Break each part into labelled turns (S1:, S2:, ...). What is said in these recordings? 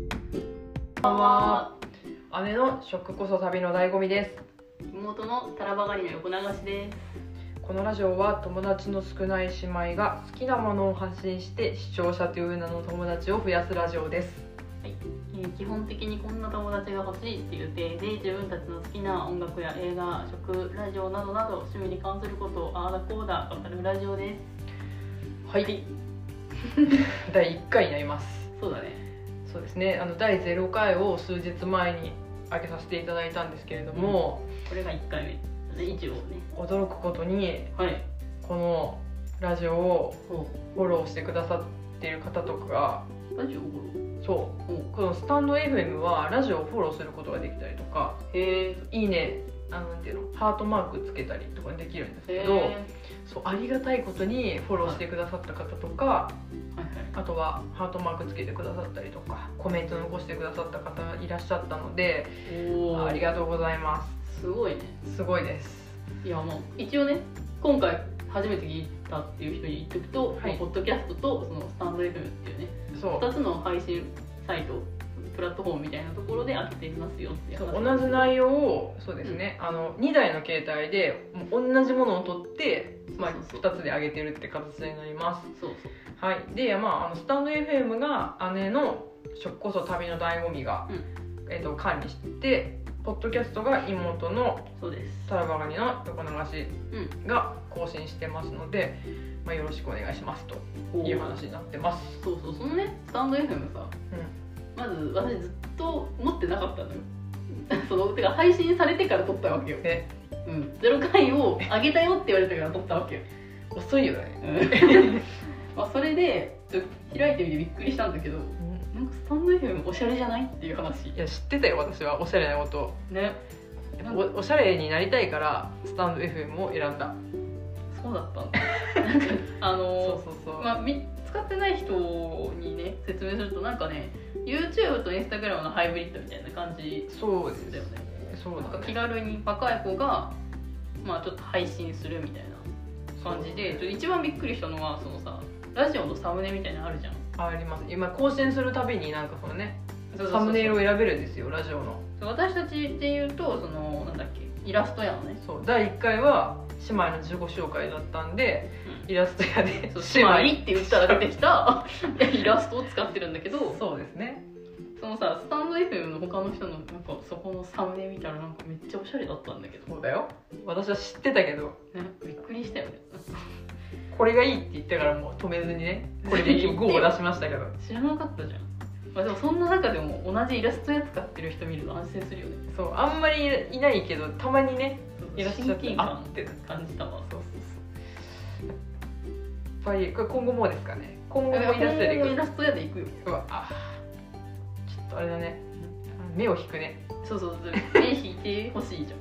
S1: こんばんは。姉の食こそ旅の醍醐味です。
S2: 妹のタラバガニの横流しです。
S1: このラジオは友達の少ない姉妹が好きなものを発信して視聴者という名の友達を増やすラジオです。
S2: えー基本的にこんな友達が欲しいっていう体で自分たちの好きな音楽や映画、食、ラジオなどなど趣味に関することをあーだこーだ語るラジオで
S1: はい。
S2: はい
S1: 第1回になります。
S2: す。そうだね。
S1: そうですね。あの第0回を数日前に上げさせていただいたんですけれども、
S2: これが1回目。一応ね。
S1: 驚くことに
S2: はい。
S1: このラジオを
S2: そ
S1: フォローしてくださっている方とかが
S2: う。ラジオこ
S1: そう
S2: れ。うん。
S1: このスタンド FM はラジオをフォローすることができたりとか
S2: へー
S1: 「いいね」あのなんていうのハートマークつけたりとかできるんですけ
S2: へー
S1: どそうありがたいことにフォローしてくださった方とか、
S2: はいはい。
S1: あとはハートマークつけてくださったりとかコメント残してくださった方いらっしゃったので
S2: おー
S1: ありがとうございます
S2: ごいね。
S1: すすごいです
S2: いやもう一応ね今回初めて聞いたっていう人に言っておくと、
S1: はい
S2: まあポッドキャストとそのスタンド FM っていうね
S1: そう
S2: 2つの配信サイトプラットフォームみたいなところで開けていますよっていう
S1: そ
S2: 話
S1: う同じ内容をそうですね、あの2台の携帯でもう同じものを取って、まあ、
S2: そうそう
S1: 2つで上げてるって形になります
S2: そうそう
S1: はい、で、まあ、あのスタンド FM が姉の「食こそ旅の醍醐味が」
S2: う
S1: えっと管理しててポッドキャストが妹の
S2: そうです
S1: タラバガニの横流し
S2: う
S1: が更新してますので、まあ、よろしくお願いしますと
S2: こう
S1: いう話になってます
S2: そうそうそのねスタンド FM さ、まず私ずっと持ってなかったのよ そのてか配信されてから撮ったわけよ、
S1: え
S2: うん、0回を上げたよって言われてから撮ったわけよ
S1: 遅いよ ね、
S2: うんまあそれでちょっと開いてみてびっくりしたんだけどなんかスタンド FM おしゃれじゃないっていう話
S1: いや知ってたよ私はおしゃれなこと
S2: ね
S1: やっぱおおしゃれになりたいからスタンド FM を選んだ
S2: そう だったんだなんかあのー
S1: そうそうそう、
S2: まあ、み使ってない人にね説明するとなんかね YouTube と Instagram のハイブリッドみたいな感じ
S1: そう
S2: だ
S1: で
S2: よ
S1: す
S2: ね
S1: そう
S2: なん
S1: だ
S2: か気
S1: ね
S2: 軽に若い子がまあちょっと配信するみたいな感じでちょ一番びっくりしたのはそのさラジオのサムネみたいなのあるじゃん
S1: あります今更新するたびになんかそのねサムネイルを選べるんですよラジオの
S2: 私たちで言うとそのなんだっけイラストやのね
S1: そう第1回は姉妹の自己紹介だったんで、
S2: う
S1: イラスト屋で
S2: そう姉妹って言ったら出てきた イラストを使ってるんだけど
S1: そうですね
S2: そのさスタンド FM の他の人のなんかそこのサムネ見たらなんかめっちゃおしゃれだったんだけど、
S1: そうだよ私は知ってたけど
S2: ね、びっくりしたよね
S1: これがいいって言ったからもう止めずにねこれで
S2: 言って
S1: 5を出しましたけ ど
S2: 知らなかったじゃん、まあ、でもそんな中でも同じイラストや使ってる人見ると安心するよね
S1: そうあんまりいないけどたまにねいらっしゃ
S2: 親
S1: って
S2: 近
S1: あ
S2: 感
S1: ってやっ
S2: 感じたわそう
S1: ぱりこれ今後もですかね今後も
S2: だ
S1: イ
S2: から
S1: ラスト屋で
S2: 今後もイ
S1: 行
S2: ラスト屋で行くよ
S1: くうわあちょっとあれだね目を引くね
S2: そう そうそう絵引いてほしいじゃん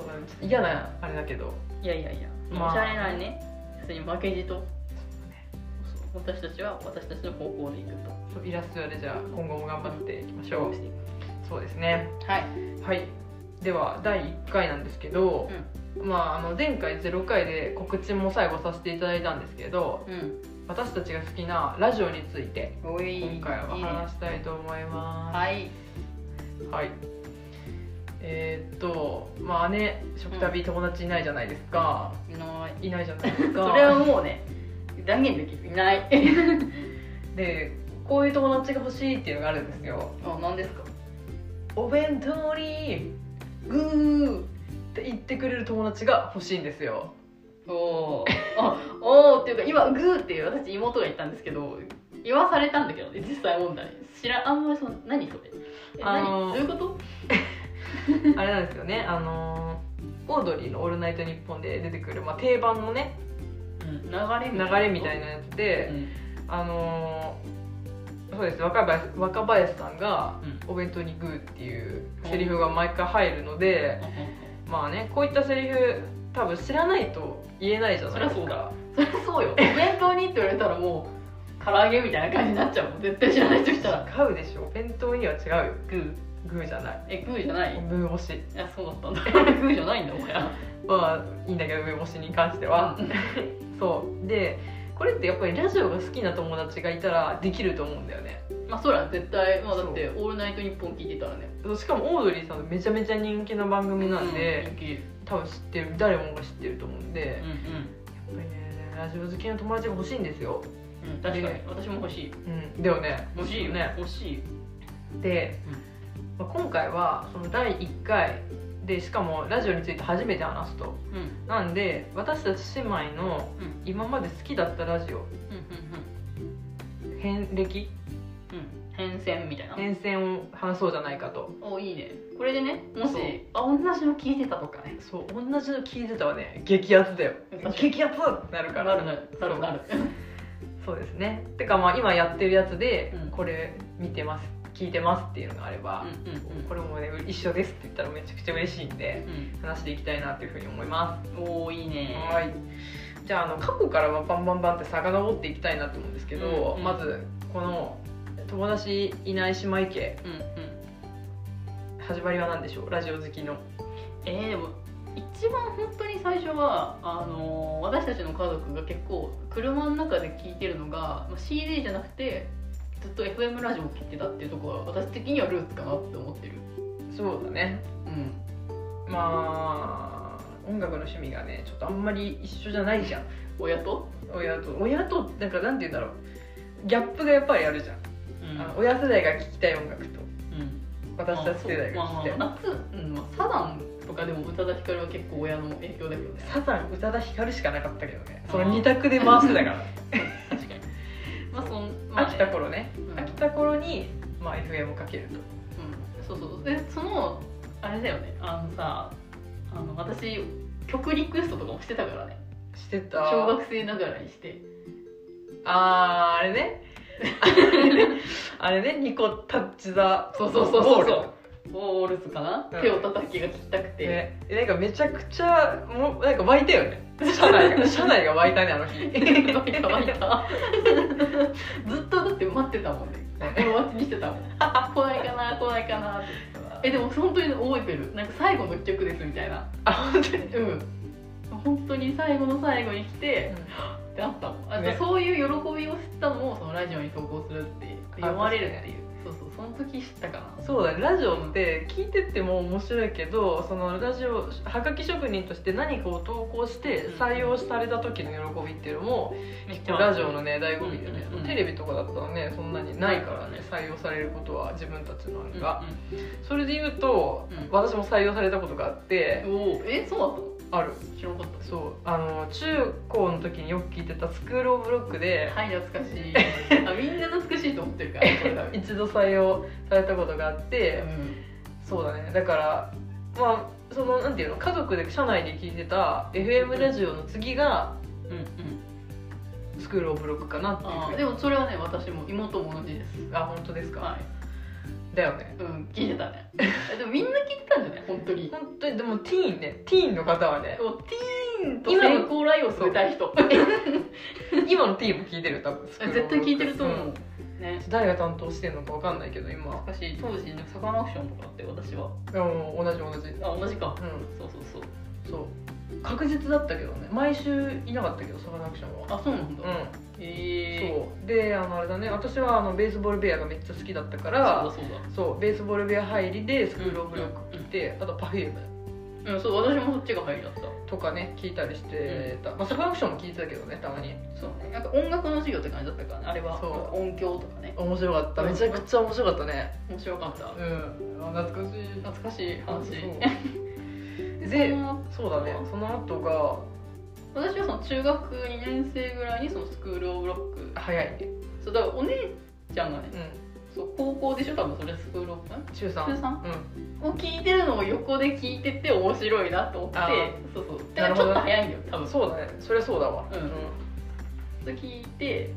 S1: そうだねちょっと嫌なあれだけど
S2: いやいやいや、
S1: まあ
S2: おしゃれなね普通に負けじとそう私たちは私たちの方向で行くと
S1: そうイラスト屋でじゃあ今後も頑張っていきまし
S2: 勝
S1: ょ
S2: 負していく
S1: うそうですね
S2: はい
S1: はい、では第1回なんですけど、まあ、あの前回0回で告知も最後させていただいたんですけど
S2: うん
S1: 私たちが好きなラジオについて
S2: おい
S1: 今回は話したいと思いま
S2: はい
S1: す。はいえーっとまあ姉食旅友達いないじゃないですか、
S2: いない
S1: いないじゃないですか
S2: それはもうね断言できるい ない
S1: でこういう友達が欲しいっていうのがあるんですよ
S2: あ何ですか
S1: お弁当に
S2: グー
S1: って言ってくれる友達が欲しいんですよ
S2: おーあおーっていうか今グーっていう私妹が言ったんですけど言わされたんだけどね実際問題知らあんまりその何それえ
S1: あの
S2: 何どういうこと
S1: あれなんですよね、あのーオードリーの「オールナイトニッポン」で出てくる、まあ、定番のね
S2: 流れ
S1: 流れみたいなやつで、あのーそうです若林若林さんが「
S2: うん
S1: お弁当にグー」っていうセリフが毎回入るので、まあねこういったセリフ多分知らないと言えないじゃないです
S2: そりゃそう
S1: か
S2: そりゃそうよお弁当にって言われたらもう唐揚げみたいな感じになっちゃうもん絶対知らない人来たら
S1: 違うでしょお弁当には違うよ
S2: グー
S1: グーじゃない
S2: えグーじゃない
S1: 梅干し
S2: いやそうだったんだ グーじゃないんだお前 ら
S1: まあいいんだけど梅干しに関しては、そうでこれってやっぱりラジオが好きな友達がいたらできると思うんだよね
S2: うんまあそら絶対まあだって
S1: そ
S2: 「オールナイトニッポン」聞いてたらね
S1: そうしかもオードリーさんめちゃめちゃ人気の番組なんで、
S2: うん人気
S1: 多分知ってる誰もが知ってると思うんで、
S2: うん
S1: やっぱりねラジオ好きの友達が欲しいんですよ、
S2: うん、うん、確かに私も欲しい
S1: うん、だよね
S2: 欲しいよ
S1: ね
S2: 欲しい
S1: で、まあ、今回はその第1回でしかもラジオについて初めて話すと
S2: うんうん
S1: なんで私たち姉妹の
S2: うん
S1: 今まで好きだったラジオ
S2: うん
S1: 遍歴
S2: うんうん変遷みたいな
S1: 変遷を話そうじゃないかと
S2: おいいねこれでねもし
S1: そう
S2: あ同じの聞いてたとかね
S1: そう同じの聞いてたわね激アツだよ
S2: 確かに
S1: 激アツってなるから
S2: なるなるなる
S1: そうですねてかまあ今やってるやつで、
S2: うん
S1: これ見てます聞いてますっていうのがあれば、
S2: うんうんうん
S1: これもね一緒ですって言ったらめちゃくちゃ嬉しいんで
S2: う
S1: 話していきたいなっていうふうに思います、
S2: んおーいいね
S1: はいじゃああの過去からはバンバンバンって遡っていきたいなと思うんですけど、
S2: うんうん
S1: まずこの友達いない姉妹家
S2: うんうん
S1: 始まりは何でしょうラジオ好きの
S2: えー、でも一番本当に最初はあのー私たちの家族が結構車の中で聞いてるのがまあ CD じゃなくてずっと FM ラジオを聞いてたっていうところが私的にはルーツかなって思ってる
S1: そうだね
S2: うん
S1: まあ音楽の趣味がねちょっとあんまり一緒じゃないじゃん
S2: 親と、
S1: 親と親となんかなんて言うんだろうギャップがやっぱりあるじゃん、
S2: うん
S1: あの親世代が聴きたい音楽と
S2: うん
S1: 私たち世代が
S2: まあ
S1: 聴きたい、
S2: まあ夏、うんまあ、サザンとかでも宇多田ヒカルは結構親の影響だけどね
S1: サザン宇多田ヒカルしかなかったけどね
S2: あー
S1: その二択で回してたから、
S2: 確かにまあその、まあ
S1: 飽
S2: ね
S1: きた頃ね、
S2: うん
S1: 飽きた頃に、まあ、FM をかけると
S2: うん、そうそうでそのあれだよねあのさあの私曲リクエストとかもしてたからね
S1: してた
S2: 小学生ながらにして
S1: あーあれ ねあれねニコタッチザ
S2: そうそうそうそう
S1: ボ
S2: そ
S1: ー
S2: うボールズかな、
S1: うん
S2: 手を叩きが聞きたくて、
S1: ル ねえなんかめちゃくちゃもうなんか湧いたよね車内 が車内が湧いたねあの日
S2: 湧いた湧いたずっとだって待ってたもんね心待ちにして たもん来ないかな来ないかなってえでも本当に覚えてるなんか最後の一曲ですみたいな
S1: あ本当に、
S2: うん本当に最後の最後に来て、ってあったもんあと
S1: ね
S2: そういう喜びを知ったのもそのラジオに投稿するっていう
S1: あ
S2: 読まれるっていう、そうそうその時知ったかな
S1: そうだねラジオって聞いてても面白いけどそのラジオはがき職人として何かを投稿して採用された時の喜びっていうのも
S2: めっちゃ
S1: ラジオのね醍醐味でね
S2: うんうんうん
S1: テレビとかだったらねそんなにないからね採用されることは自分たちのあれがそれで言うと
S2: うん
S1: 私も採用されたことがあって
S2: うんおおえそうだっ
S1: ある
S2: たの知らなかっ
S1: そうあの中高の時によく聞いてた「スクール・オブ・ロック」
S2: た
S1: で
S2: はい懐かしいあみんな懐かしいと思ってるからこれだ
S1: 一度採用されたことがあって、
S2: うん
S1: そうだねだからまあそのなんていうの家族で社内で聞いてた FM ラジオの次が
S2: うんうん
S1: スクールオブロックかなっていう
S2: あ
S1: ふう
S2: ー
S1: に
S2: でもそれはね私も妹も同じです
S1: あ本当ですか、
S2: は
S1: だよね
S2: いうん聞いてたねえでもみんな聞いてたんじゃない本当に
S1: 本当にでもティーンねティーンの方はね
S2: でもティーンと
S1: 今
S2: 成功ライオン出たい 人
S1: 今のティーンも聞いてる多分スクールオブロ
S2: 絶
S1: ック
S2: 対聞いてると思う、
S1: ん
S2: ね
S1: 誰が担当してるのかわかんないけど今
S2: 懐かしい当時なんかサカナクションとかだって私は
S1: でも同じ同じ
S2: あ同じか
S1: うん
S2: そうそうそう
S1: そう確実だったけどね毎週いなかったけどサカナクションは
S2: あそうなんだ、
S1: うん
S2: へえ
S1: そうであのあれだね私はあのベースボールベアがめっちゃ好きだったか
S2: そう
S1: ら
S2: だそう
S1: そうベースボール部屋入りでスク
S2: だ
S1: ールオブロック聞いて、あとパフューム
S2: うん、うんそう私もそっちが入りだった
S1: とかね聞いたりしてた、まあ、サカナクションも聞いてたけどねたまに
S2: そうねなんか音楽の授業って感じだったからねあれは
S1: そう
S2: 音響とかね
S1: 面白かっためちゃくちゃ面白かったね
S2: 面白かった
S1: うんあ懐かしい
S2: 懐かしい
S1: あ
S2: 話
S1: そう
S2: そ
S1: で
S2: の
S1: そうだねその後が
S2: 私はその中学2年生ぐらいにそのスクール・オブ・ロック
S1: 早いね
S2: そうだからお姉ちゃんがね
S1: うん
S2: そう高校でしょ多分それスクール・オブ・ロック
S1: 中3
S2: 中三
S1: うん
S2: を聞いてるのを横で聞いてて面白いなと思って
S1: あ
S2: そうそうだ
S1: な
S2: か
S1: るほどね
S2: らちょっと早いんだよ多分
S1: そうだねそりゃそうだわ
S2: うん聞いて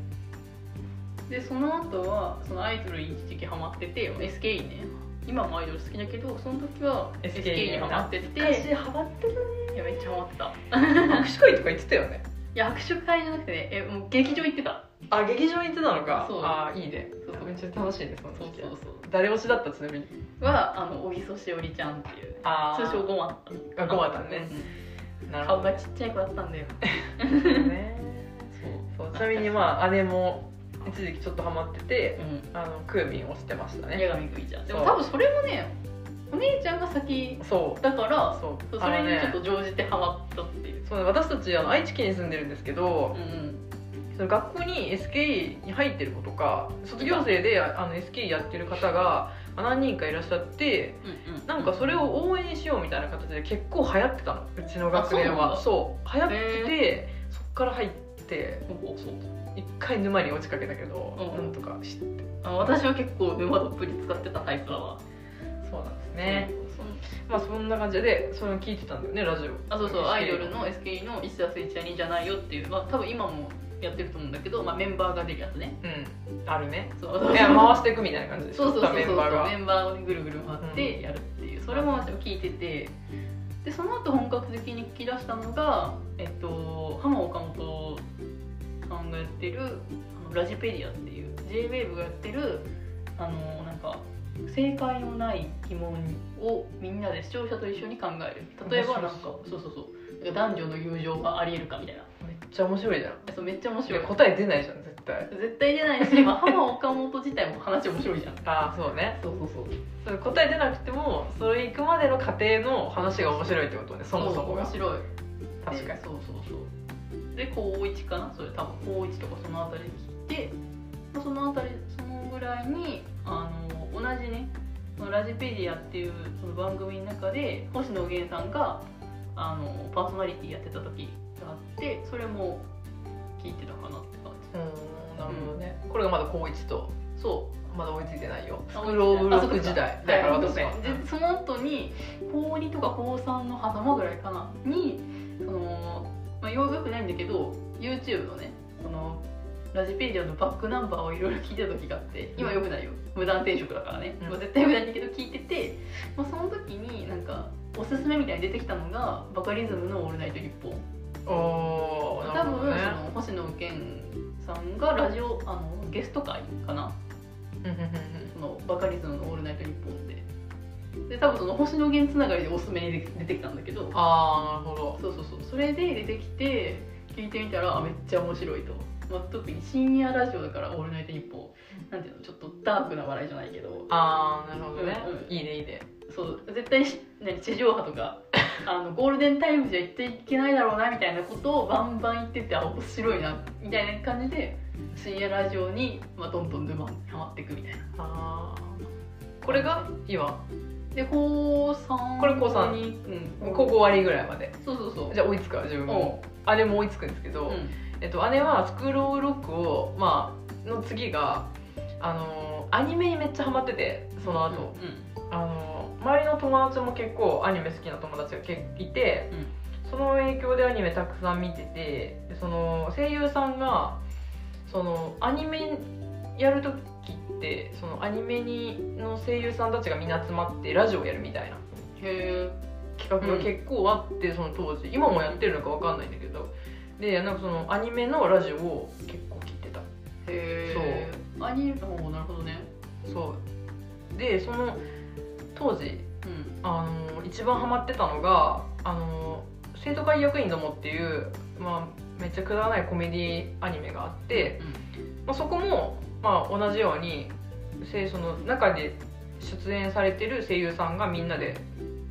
S2: でその後はそのアイドルに一時期ハマってて SKE ね今もアイドル好きだけどその時は
S1: SKE
S2: SKE にハマってて
S1: 昔ハマってる
S2: いやめっちゃハマってたい
S1: 握手会とか行ってたよね
S2: や握手会じゃなくてねえもう劇場行ってた
S1: あ劇場行ってたのか
S2: そう
S1: あいいね
S2: そうそう
S1: めっちゃ楽しいねその
S2: そう
S1: 時
S2: そうそう
S1: 誰推しだったちなみに
S2: はあの小木曽しおりちゃんっていう
S1: あ
S2: 通称ごま
S1: あごまたんね
S2: うん
S1: なるほ
S2: 顔
S1: ど
S2: がちっちゃい子だったんだよ
S1: ねそうちなみにまあ姉も一時期ちょっとハマってて
S2: う
S1: あのクーミンをしてました
S2: ん八
S1: ね
S2: 神くいちゃんで
S1: そう
S2: も多分それもねお姉ちゃんが先
S1: そう
S2: だから
S1: そう
S2: そう
S1: あ
S2: それ
S1: の
S2: にちょ
S1: ね
S2: っと乗じてハマったっていう、
S1: そう私たちあの愛知県に住んでるんですけど、
S2: うん
S1: その学校に SKE に入ってる子とか卒業生でああの SKE やってる方がまあ何人かいらっしゃって
S2: うんうん、
S1: なんかそれを応援しようみたいな形で結構流行ってたのうちの学年は
S2: あ
S1: そう流行っててそっから入って
S2: おおそう
S1: 一回沼に落ちかけたけど、
S2: うん
S1: なんとかし
S2: あ私は結構沼どっぷり使ってたタイプだわ
S1: そうなんですね、
S2: その
S1: まあそんな感じでそれを聞いてたんだよねラジオ
S2: あそうそう
S1: して
S2: アイドルの SKE の1たす1は2じゃないよっていうまあ多分今もやってると思うんだけど、まあ、メンバーが出るやつね
S1: うんあるね
S2: そう
S1: いや回していくみたいな感じでし
S2: そう
S1: ょ
S2: そうそうそう
S1: メ
S2: メ
S1: ン
S2: ン
S1: バ
S2: バ
S1: ー
S2: ー
S1: が
S2: がぐるぐる回ってやるっていう、それも私は聞いててでその後本格的に聞き出したのがえっと浜岡本さんがやってるあのラジペディアっていう JWAVE がやってるあのなんか正解のない疑問をみんなで視聴者と一緒に考える例えばなんか
S1: 面
S2: そうそうそうなんか男女の友情がありえるかみたいな
S1: めっちゃ面白いじゃん
S2: そうめっちゃ面
S1: い
S2: 白
S1: や
S2: い
S1: 答え出ないじゃん絶対
S2: 絶対出ないし、まあ、浜岡本自体も話面白いじゃん
S1: ああそうね
S2: そうそうそう
S1: それ答え出なくてもそれ行くまでの過程の話が面白いってことねそもそもが
S2: 面白い
S1: 確かに
S2: でそうそうそうで高1かなそれ多分高1とかそのあたり聞いてまあそのあたりそのぐらいにあの同じねそのラジペディアっていうその番組の中で星野源さんがあのパーソナリティやってた時があってそれも聞いてたかなって感
S1: うーんなるほどねこれがまだ高一と
S2: じそう
S1: まだ追いついてないよス
S2: あ
S1: クローブロック時代だから
S2: そう
S1: 私は
S2: かでその後に高2とか高3の狭間ぐらいかなにその、まあ、よくないんだけど YouTube のねそのラジペディアのバックナンバーをいろいろ聞いてた時があって今よくないよ無断転職だからね、
S1: うん
S2: まあ絶対無断だけど聞いてて、まあ、その時になんかおすすめみたいに出てきたのがバカリズムの「オールナイトニッポン」
S1: おーなるほどね
S2: 多分、その星野源さんがラジオあのゲスト会かな
S1: うんうんうん
S2: そのバカリズムの「オールナイトニッポンで」で多分その星野源つながりでおすすめに出てきたんだけど
S1: ああなるほど
S2: そうそうそうそれで出てきて聞いてみたらあめっちゃ面白いと、まあ、特に深夜ラジオだから「オールナイトニッポン」なんていうのちょっとダークな笑いじゃないけど
S1: ああなるほどね
S2: うんうん
S1: いいねいいね
S2: そう絶対し何地上波とか あのゴールデンタイムじゃ言っていけないだろうなみたいなことをバンバン言っててあ面白いなみたいな感じで深夜ラジオに、まあ、どんどん沼にハマっていくみたいな。
S1: ああこれが今
S2: で高3
S1: これ高三
S2: に、うん、
S1: ここ終わりぐらいまで
S2: そうそうそう
S1: じゃあ追いつくわ自分も姉も追いつくんですけど、
S2: うん
S1: えっと、姉はスクロールロックを、まあの次があのアニメにめっちゃハマっててその後、
S2: う、
S1: あの周りの友達も結構アニメ好きな友達が結構いて、その影響でアニメたくさん見ててでその声優さんがそのアニメやる時ってそのアニメにの声優さんたちがみんな集まってラジオやるみたいなん
S2: へえ
S1: 企画が結構あって、その当時今もやってるのかわかんないんだけどでなんかそのアニメのラジオを結構聞いてた
S2: へえそうアニメおーなるほどね
S1: そうでその当時
S2: うん
S1: あの一番ハマってたのがあの生徒会役員どもっていう、まあ、めっちゃくだらないコメディアニメがあって、まあ、そこも、まあ、同じようにせその中で出演されてる声優さんがみんなで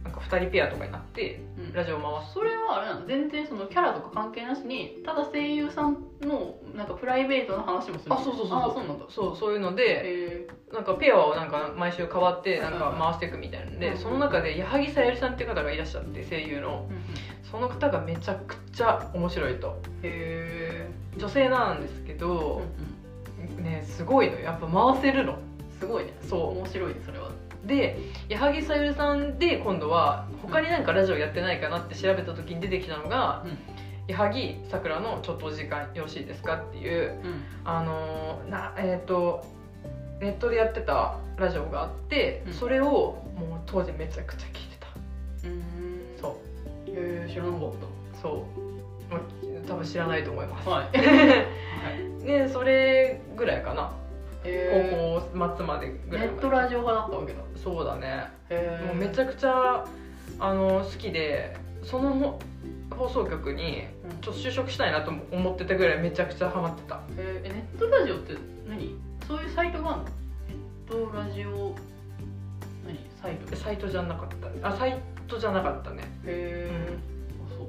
S1: なんか2人ペアとかになって
S2: うん
S1: ラジオ回す
S2: それはあれなの全然そのキャラとか関係なしにただ声優さんのなんかプライベートの話もする
S1: あそうそうそうそう
S2: あそうなんだ
S1: そうそういうので
S2: へ
S1: なんかペアをなんか毎週変わってなんか回していくみたいなの
S2: うん
S1: で
S2: うん
S1: その中で矢作さゆりさんって方がいらっしゃって声優のその方がめちゃくちゃ面白いと
S2: え
S1: 女性なんですけどねすごいのよやっぱ回せるの
S2: すごいね
S1: そ
S2: 面白いねそれは
S1: うで矢作さゆりさんで今度は他になんかラジオやってないかなって調べた時に出てきたのが
S2: うん
S1: 矢作さくらの「ちょっとお時間よろしいですか?」っていうあのーなえっ、とネットでやってたラジオがあって、
S2: うん
S1: それをもう当時めちゃくちゃ聞いてた
S2: うんうん
S1: そう
S2: へえ知らなかっ
S1: そう、まあ、多分知らないと思います
S2: たはいは い
S1: でそれぐらいかな
S2: へ
S1: 高校末まで
S2: え
S1: ぐ
S2: ネ
S1: らいま
S2: ッ
S1: で
S2: トラジオ派だったわけだ
S1: そうだね
S2: へ
S1: もうめち
S2: ゃ
S1: ゃくちゃあの好きでその放送局に
S2: うん
S1: ちょっと就職したいなと思ってたぐらいめちゃくちゃハマってた
S2: えーえネットラジオって何そういうサイトがあるのネットラジオ何サイトへ
S1: サイトじゃなかったあサイトじゃなかったね
S2: え、あそう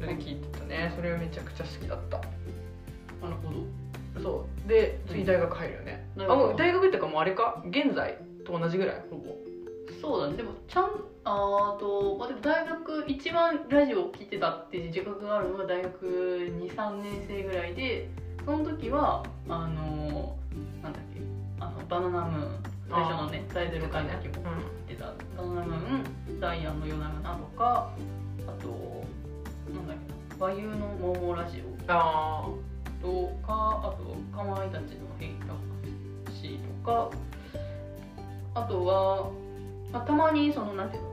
S1: それで聞いてたねそれがめちゃくちゃ好きだった
S2: なるほど
S1: そうで次大学入るよね、
S2: 大
S1: あもう
S2: 学
S1: 大学っていうかもうあれか現在と同じぐらいほぼ
S2: そうだねでもちゃんあーと、まあ、でも大学一番ラジオを聞いてたって自覚があるのが大学23年生ぐらいでその時はあのーなんだっけあのバナナムーン最初のねタイトル回の時も
S1: う
S2: 出た「バナナムーン」「ダイアンの夜長な」とかあとなんだっけな「和牛のモーモーラジ
S1: ん、
S2: オ
S1: あ」
S2: とかあと「かまいたちの変化し」とかあとは、まあ、たまにそのなんていうの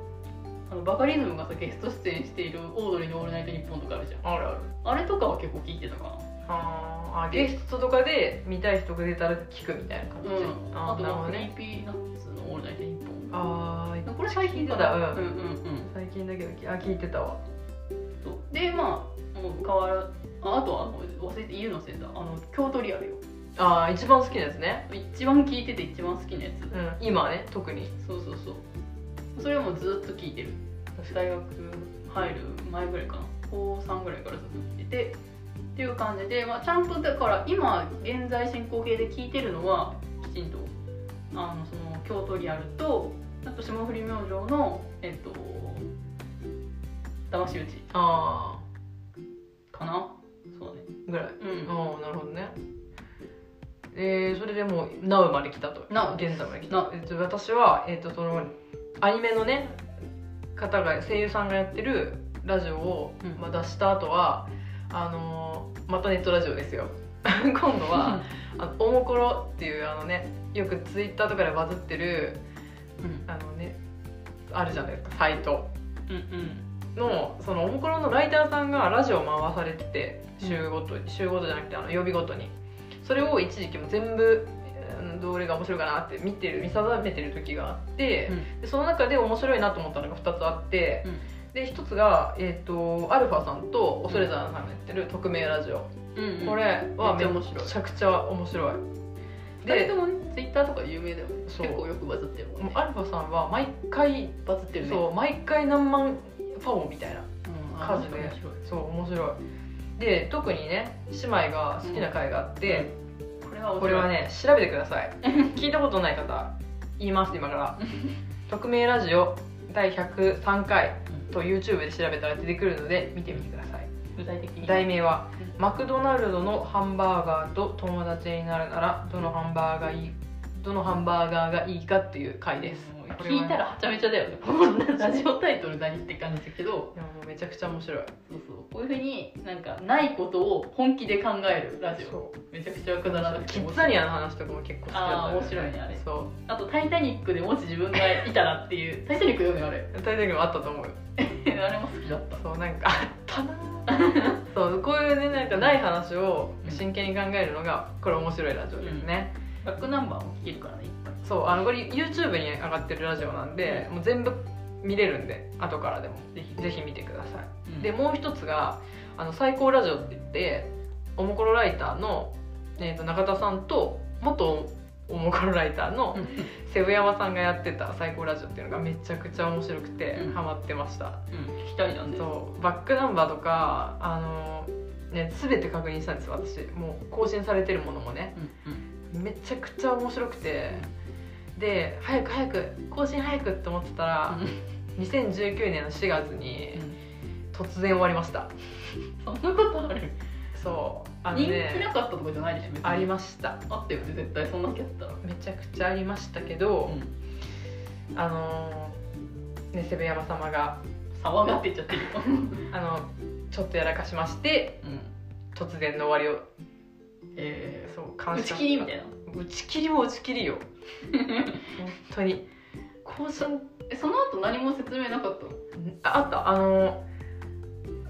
S2: あのバカリズムがさゲスト出演している「オードリーのオールナイトニッポン」とかあるじゃん
S1: ああるある
S2: あれとかは結構聞いてたかな
S1: あーあゲストとかで見たい人が出たら聞くみたいな感じ、
S2: うんあ
S1: ー
S2: と
S1: なるほ
S2: は
S1: ど
S2: クリ
S1: ね
S2: ーピーナッツの「オールナイトニッポン」
S1: あー
S2: これ最近だ
S1: だ
S2: な
S1: うん
S2: うんうん
S1: 最近だけどあ聞いてたわ
S2: そうでまあもう変わらああとはあの忘れて言うの忘れたあの京都リアルよ
S1: あー一番好きなやつね
S2: 一番聞いてて一番好きなやつ
S1: うん今はね特に
S2: そうそうそうそれはもうずっと聞いてる大学入る前ぐらいかな高3ぐらいからずっと聞いててっていう感じで、まあ、ちゃんとだから今現在進行形で聞いてるのはきちんとあのその京都リアルとあと霜降り明星のえっと騙し討ち
S1: あ
S2: かなそうだね
S1: あぐらい
S2: うん
S1: ああなるほどねえー、それでもう NOW まで来たと
S2: Now
S1: 現在まで来た
S2: Now、
S1: えっと、私は、えっと、そのアニメのね方が声優さんがやってるラジオを、
S2: うん
S1: まあ、出した後はあのーまたネットラジオですよ 今度はあのおもころっていうあのねよくツイッターとかでバズってる
S2: うん
S1: あのねあるじゃないですかサイト
S2: うんうん
S1: のそのおもころのライターさんがラジオ回されてて週ごと週ごとじゃなくてあの曜日ごとにそれを一時期も全部うんどれが面白いかなって見てる見定めてる時があって、でその中で面白いなと思ったのが2つあって、
S2: うん
S1: で1つが、えー、とアルファさんと恐れ沢さんがやってる匿名ラジオ、
S2: うんうん
S1: これはめ
S2: めっちゃ面白い
S1: ちゃくちゃ面白い
S2: で
S1: で
S2: ともねツイッターとか有名だよね結
S1: そう
S2: 構よくバズってるもん
S1: もう
S2: ね
S1: アルファさんは毎回
S2: バズってるね
S1: そう毎回何万ファンみたいな
S2: うんあ
S1: 数で
S2: 面白い
S1: そう面白いで特にね姉妹が好きな回があって、
S2: これは面白い
S1: これはね調べてください聞いたことない方言います今 から「匿名ラジオ第103回」と YouTube で調べたら出てくるので見てみてください
S2: 具体的に
S1: 題名は「
S2: う
S1: マクドナルドのハンバーガーと友達になるならどのハンバーガーがいいどのハンバーガーがいいか」っていう回です
S2: もう
S1: これはね
S2: 聞いたらはちゃめちゃだよ ねこのラジオタイトル何って感じだけど
S1: いやもうめちゃくちゃ面白い
S2: そうそうこういうふうになんかないことを本気で考えるラジオ
S1: そう
S2: めちゃくちゃくだらなくて
S1: キッザニアの話とかも結構好きだった
S2: ああ
S1: よ
S2: ー面白いねあれ
S1: そう
S2: あと「タイタニック」でもし自分がいたらっていう「タイタニック」よねあれ
S1: 大体もあったと思うよ
S2: あれも好きだった
S1: そうなんかあったなぁそうこういうねなんかない話を真剣に考えるのがこれ面白いラジオですね、
S2: バックナンバーも聞けるからねいっぱい
S1: そうあのこれ YouTube に上がってるラジオなんで、もう全部見れるんで後からでも
S2: ぜひ
S1: ぜひ見てください、
S2: うん
S1: でもう一つが「あの最高ラジオ」って言っておもころライターの、えー、と中田さんと元おもころライターの
S2: うん
S1: 瀬部山さんがやってた「最高ラジオ」っていうのがめちゃくちゃ面白くて、
S2: うん
S1: ハマってました
S2: うん聞きたいなんで
S1: そうバックナンバーとかあのね全て確認したんですよ私もう更新されてるものもね
S2: うんうん
S1: めちゃくちゃ面白くてで早く早く更新早くって思ってたら2019年の4月に突然終わりました
S2: そんなことある
S1: そうあの
S2: 人気
S1: ね
S2: なかったとかじゃないでしょ別に
S1: ありました
S2: あったよね絶対そんなきゃったら
S1: めちゃくちゃありましたけど、
S2: ん
S1: あのねセブ山様が
S2: 騒がってっちゃってるよ
S1: あのちょっとやらかしまして突然の終わりを
S2: え
S1: そう
S2: ー
S1: 感
S2: 打
S1: 謝
S2: ち切りみたいな
S1: 打ち切りも打ち切りよ本当に更新
S2: えその後何も説明なかったの
S1: ああったあの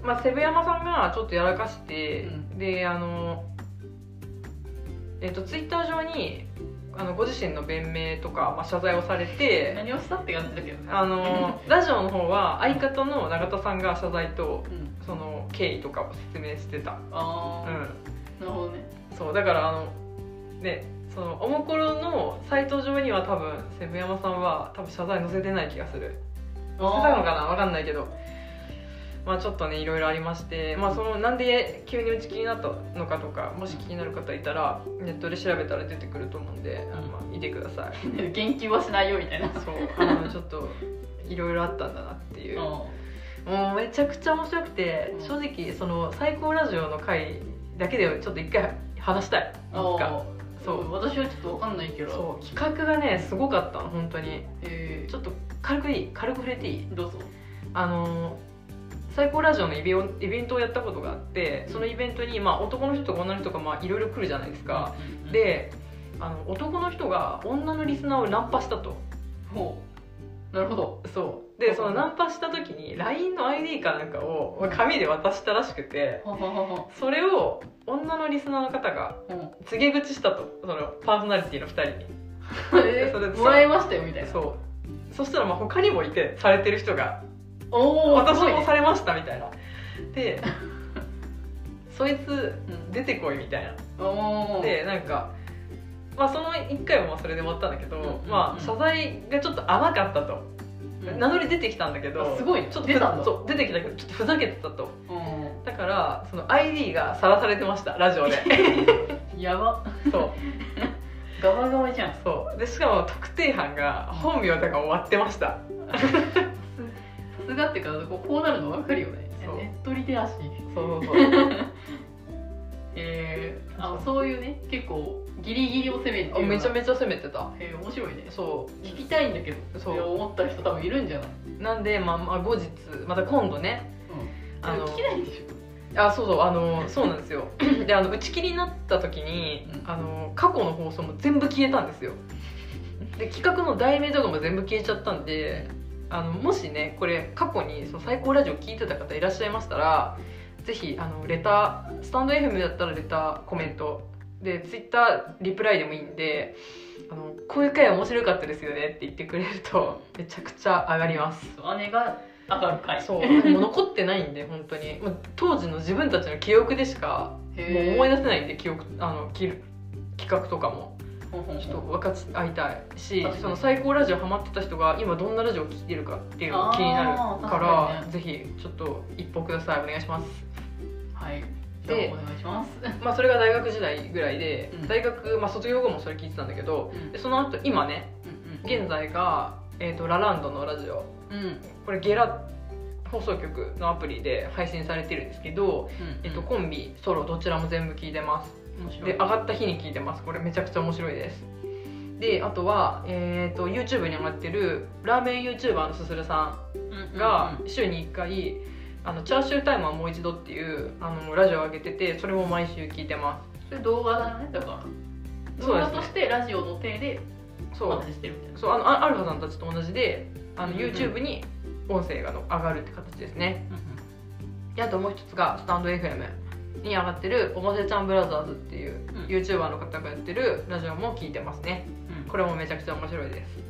S1: まあセブヤマさんがちょっとやらかして、
S2: う
S1: であのえっとツイッター上にあのご自身の弁明とか、まあ、謝罪をされて
S2: 何をしたって感じだけどね
S1: あのラジオの方は相方の永田さんが謝罪と
S2: うん
S1: そのの経緯とかを説明してた、
S2: あ
S1: う
S2: あ、
S1: ん、
S2: なるほどね
S1: そうだからあのねそのおもころのサイト上には多分セブヤマさんは多分謝罪載せてない気がする載せたのかなわかんないけどまあちょっとねいろいろありましてまあそのなんで急に打ち切りになったのかとかもし気になる方いたらネットで調べたら出てくると思うんで、あのまあ見てください
S2: 言及はしないよみたいな
S1: そうあのちょっといろいろあったんだなっていう
S2: あ
S1: もうめちゃくちゃ面白くて
S2: うん
S1: 正直その最高ラジオの回だけでちょっと一回話したいいつ
S2: あ
S1: か
S2: そ
S1: そう
S2: う私はちょっとわかんないけど
S1: そう企画がねすごかったの本当に
S2: え
S1: ちょっと軽くいい軽く触れていい
S2: ー、どうぞ
S1: あのー最高ラジオのイベオイベントをやったことがあってそのイベントに、まあ、男の人とか女の人がまあいろいろ来るじゃないですか、
S2: うんうん
S1: であの男の人が女のリスナーをナンパしたと
S2: ほうなるほど
S1: そうでそのナンパした時に LINE の ID かなんかをまあ紙で渡したらしくて
S2: ははは は
S1: それを女のリスナーの方が
S2: うん
S1: 告げ口したとそのパーソナリティの2人に
S2: え
S1: それで
S2: ー、
S1: さ
S2: もらいましたよみたいな
S1: そうそしたらまあ他にもいてされてる人が
S2: おお
S1: 私
S2: すごい
S1: も
S2: ね
S1: されましたみたいな でそいつ出てこいみたい
S2: うんお
S1: な
S2: ー
S1: でなんか、まあ、その1回もまあそれで終わったんだけど、
S2: うんうんうん
S1: まあ、謝罪がちょっと甘かったと、
S2: うん
S1: 名乗り出てきたんだけど
S2: あすごいね
S1: ちょっと
S2: 出たんだ
S1: そう出てきたけどちょっとふざけてたと
S2: う
S1: だからその ID がさらされてましたラジオで
S2: ん やば
S1: そう
S2: ガバガバじゃん
S1: そうでしかも特定班が本名とか終わってました
S2: さすがっていうかこうこうなるの分かるよね
S1: そう
S2: ネットリテラシー
S1: そうそうそう
S2: えー、あそういうね結構ギリギリを攻めてるよ
S1: あ
S2: うな
S1: めちゃめちゃ攻めてた
S2: えー、面白いね
S1: そう
S2: 聞きたいんだけど
S1: そう
S2: いや思った人多分いるんじゃない、
S1: なんで、まあ、まあ後日また今度ねあの
S2: 聞きないでしょ
S1: あそうそうあのそうなんですよであの打ち切りになった時に
S2: うん
S1: あの過去の放送も全部消えたんですよで企画の題名とかも全部消えちゃったんであのもしねこれ過去にその最高ラジオ聞いてた方いらっしゃいましたらぜひあのレタースタンド FM だったらレターコメントでツイッターリプライでもいいんであのこういう回面白かったですよねって言ってくれるとめちゃくちゃ上がります
S2: そう姉が上がる回
S1: そうもう残ってないんで本当にもう当時の自分たちの記憶でしかもう思い
S2: 出
S1: 出せないんで記憶あのき企画とかもち
S2: ち
S1: ょっと
S2: ょっ
S1: 分かち合いたいし
S2: 確かに
S1: その最高ラジオハマってた人が今どんなラジオ聴いてるかっていうのが気になる
S2: あー
S1: から
S2: 確
S1: ぜひちょっと一歩くださいお願いします
S2: とはい
S1: で
S2: でお願いします
S1: まあそれが大学時代ぐらいで、
S2: うん
S1: 大学、まあ、卒業後もそれ聞いてたんだけどでその後今ね現在が、えーとラランドのラジオ
S2: うんうん
S1: これゲラ放送局のアプリで配信されてるんですけど、えっと、コンビソロどちらも全部聞いてます
S2: 面白
S1: で
S2: い
S1: 上がった日に聞いてますこれめちゃくちゃ面白いですであとは、えー、と YouTube に上がってるラーメン YouTuber のすするさんが週に1回「あのチャーシュータイムはもう一度」っていうあのラジオを上げててそれも毎週聞いてま
S2: それ動画だねだから動
S1: そうですね
S2: 画としてラジオの体で
S1: す
S2: お
S1: そう
S2: 話ししてるみたいな
S1: そうあのあアルファさんたちと同じであの
S2: うんうん
S1: YouTube に音声がの上がるって形ですねであともう一つがスタンド FM に上がってる「おもせちゃんブラザーズ」っていう
S2: うん
S1: YouTuber の方がやってるラジオも聞いてますね
S2: うん
S1: これもめちゃくちゃ面白いです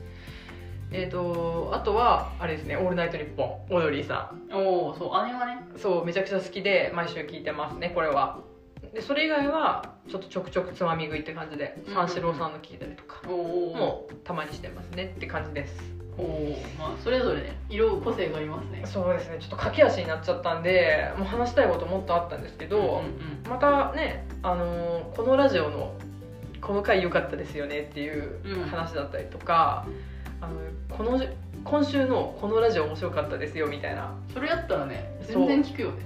S1: えっ、とあとはあれですね「オールナイトニッポン」オードリーさ
S2: おおそう姉はね
S1: んそうめちゃくちゃ好きで毎週聞いてますねこれはでそれ以外はちょっとちょくちょくつまみ食いって感じで
S2: うん
S1: 三四郎さんの聞いたりとか
S2: おお
S1: もうたまにしてますねって感じです
S2: おおまあそれぞれね色個性がありますね
S1: そうですねちょっと駆け足になっちゃったんでもう話したいこともっとあったんですけど、
S2: うんうん
S1: またね、あのーこのラジオのこの回良かったですよねっていう
S2: うん
S1: 話だったりとか、あのこのじ今週のこのラジオ面白かったですよみたいな、
S2: それやったらね
S1: そう
S2: 全然聞くよね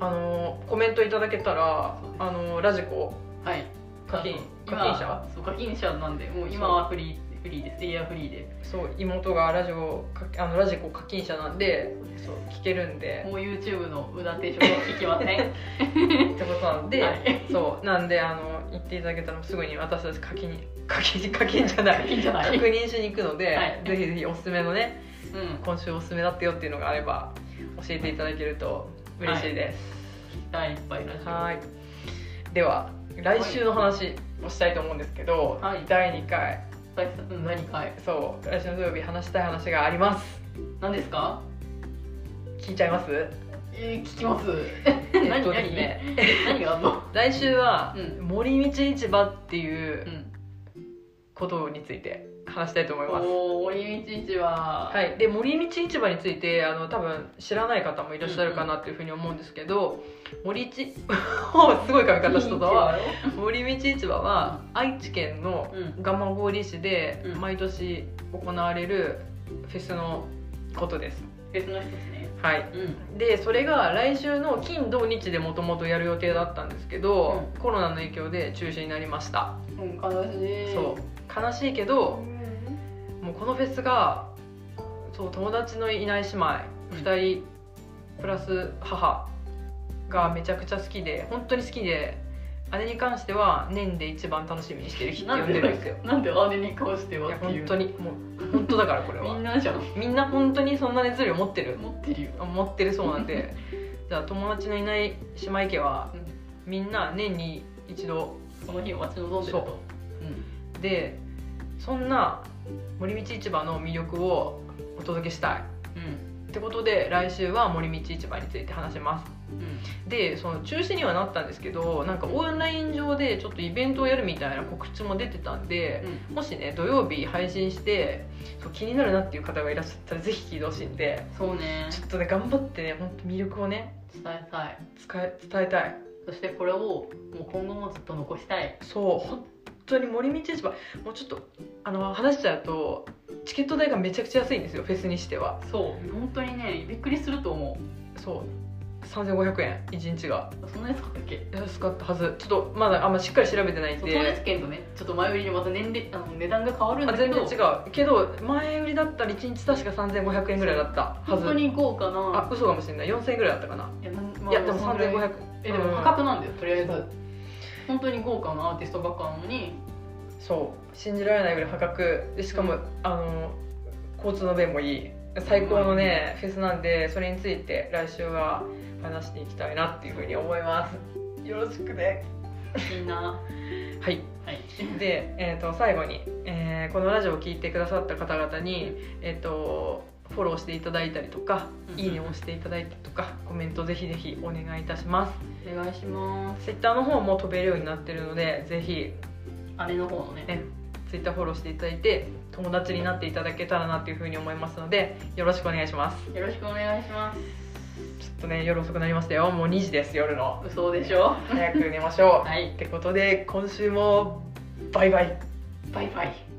S1: あのーコメントいただけたら
S2: そうで、す
S1: あのーラジコ
S2: はい
S1: 課金課金者
S2: 今そう課金者なんでもう今はフリーフリーですエアフリーで
S1: そう妹がラジオかあのラジコ課金者なんでそう聞けるんで
S2: もう YouTube のうだ定食は聞きません
S1: ってことなんで、
S2: はい
S1: そうなんであの言っていただけたらすぐに私たち課金課金課金じゃない
S2: 課金じゃない
S1: 確認しに行くので、
S2: はい
S1: ぜひぜひおすすめのね
S2: うん
S1: 今週おすすめだったよっていうのがあれば教えていただけると嬉しいです
S2: 第いっぱいラジオ
S1: はいでは来週の話をしたいと思うんですけど、
S2: はい
S1: 第2回
S2: 第三うん第二回
S1: そう来週の土曜日話したい話があります
S2: 何ですか
S1: 聞いちゃいます
S2: ええー聞きます
S1: え
S2: 何
S1: っとです
S2: 何、
S1: ね
S2: 何があんの
S1: 来週は
S2: うん
S1: 森道市場っていううんことについて話したいと思います
S2: おー森道市は
S1: はい、で森道市場についてあの多分知らない方もいらっしゃるかなっていうふうに思うんですけど森市 おすごい髪型したぞ
S2: は
S1: 森道市場は愛知県の
S2: うん
S1: 蒲郡市で
S2: うん
S1: 毎年行われるフェスのことです。
S2: フェスの一つね
S1: はい
S2: うん
S1: でそれが来週の金土日でもともとやる予定だったんですけど、コロナの影響で中止になりました、
S2: うん悲しい
S1: そう悲しいけ
S2: う
S1: ど
S2: ん
S1: もうこのフェスがそう友達のいない姉妹2人プラス母がめちゃくちゃ好きで本当に好きで姉に関しては年で一番楽しみにしてる日って呼んでるんですよ
S2: なんで姉に関して
S1: い
S2: は
S1: や
S2: っていう
S1: 本当にもう本当だからこれ
S2: みん
S1: は
S2: なじゃん
S1: みんな本当にそんな熱量持ってる
S2: 持ってるよ
S1: 持ってるそうなんでじゃあ友達のいない姉妹家は
S2: うん
S1: みんな年に一度
S2: その日を待ち望んでる
S1: そ
S2: とうん
S1: でそんな森道市場の魅力をお届けしたい
S2: うん
S1: ってことで来週は森道市場について話します
S2: うん
S1: でその中止にはなったんですけどなんかオンライン上でちょっとイベントをやるみたいな告知も出てたんでもしね土曜日配信してそう気になるなっていう方がいらっしゃったらぜひ聞いてほしいんで
S2: そうね
S1: ちょっとね頑張ってね本当魅力をね
S2: 伝えたい
S1: 使え伝えたい
S2: そしてこれをもう今後もずっと残したい
S1: そう本当に森道市場もうちょっとあの話しちゃうとチケット代がめちゃくちゃ安いんですよフェスにしては
S2: そう本当にねびっくりすると思
S1: そう3500円1日が
S2: うそんなやつ買ったっけ
S1: 安かったはずちょっとまだあんましっかり調べてないん
S2: そう当
S1: で
S2: 日券とねちょっと前売りでまた年齢あの値段が変わるん
S1: あ
S2: だけ
S1: 全
S2: ど
S1: 然違うけど前売りだったら1日確か3500円ぐらいだったは
S2: 本当
S1: ず
S2: に行こうかな
S1: あ嘘かもしれない4000円ぐらいだったかな、
S2: いやなんまあ
S1: いやでも
S2: そんぐらい
S1: 3500
S2: えでも破格なんだよとりあえず本当に豪華なアーティストばっかなのに
S1: そう信じられないぐらい破格でしかも、あの交通の便もいい最高のね、フェスなんでそれについて来週は話していきたいなっていうふうに思いますよろしくね
S2: みんな
S1: はい
S2: はい
S1: で、えー、と最後に、えーこのラジオを聞いてくださった方々に、えー、とフォローしていただいたりとか、いいねを押していただいたりとかコメントぜひぜひお願いいたしま
S2: お願いします
S1: ツイッターの方も飛べるようになってるのでぜひ
S2: 姉の方のね
S1: ねツイッターフォローしていただいて友達になっていただけたらなっていうふうに思いますのでよろしくお願いします
S2: よろしくお願いします
S1: ちょっとね夜遅くなりましたよもう2時です夜の
S2: 嘘でしょ
S1: 早く寝ましょう
S2: はい
S1: ってことで今週もバイバイ
S2: バイバイ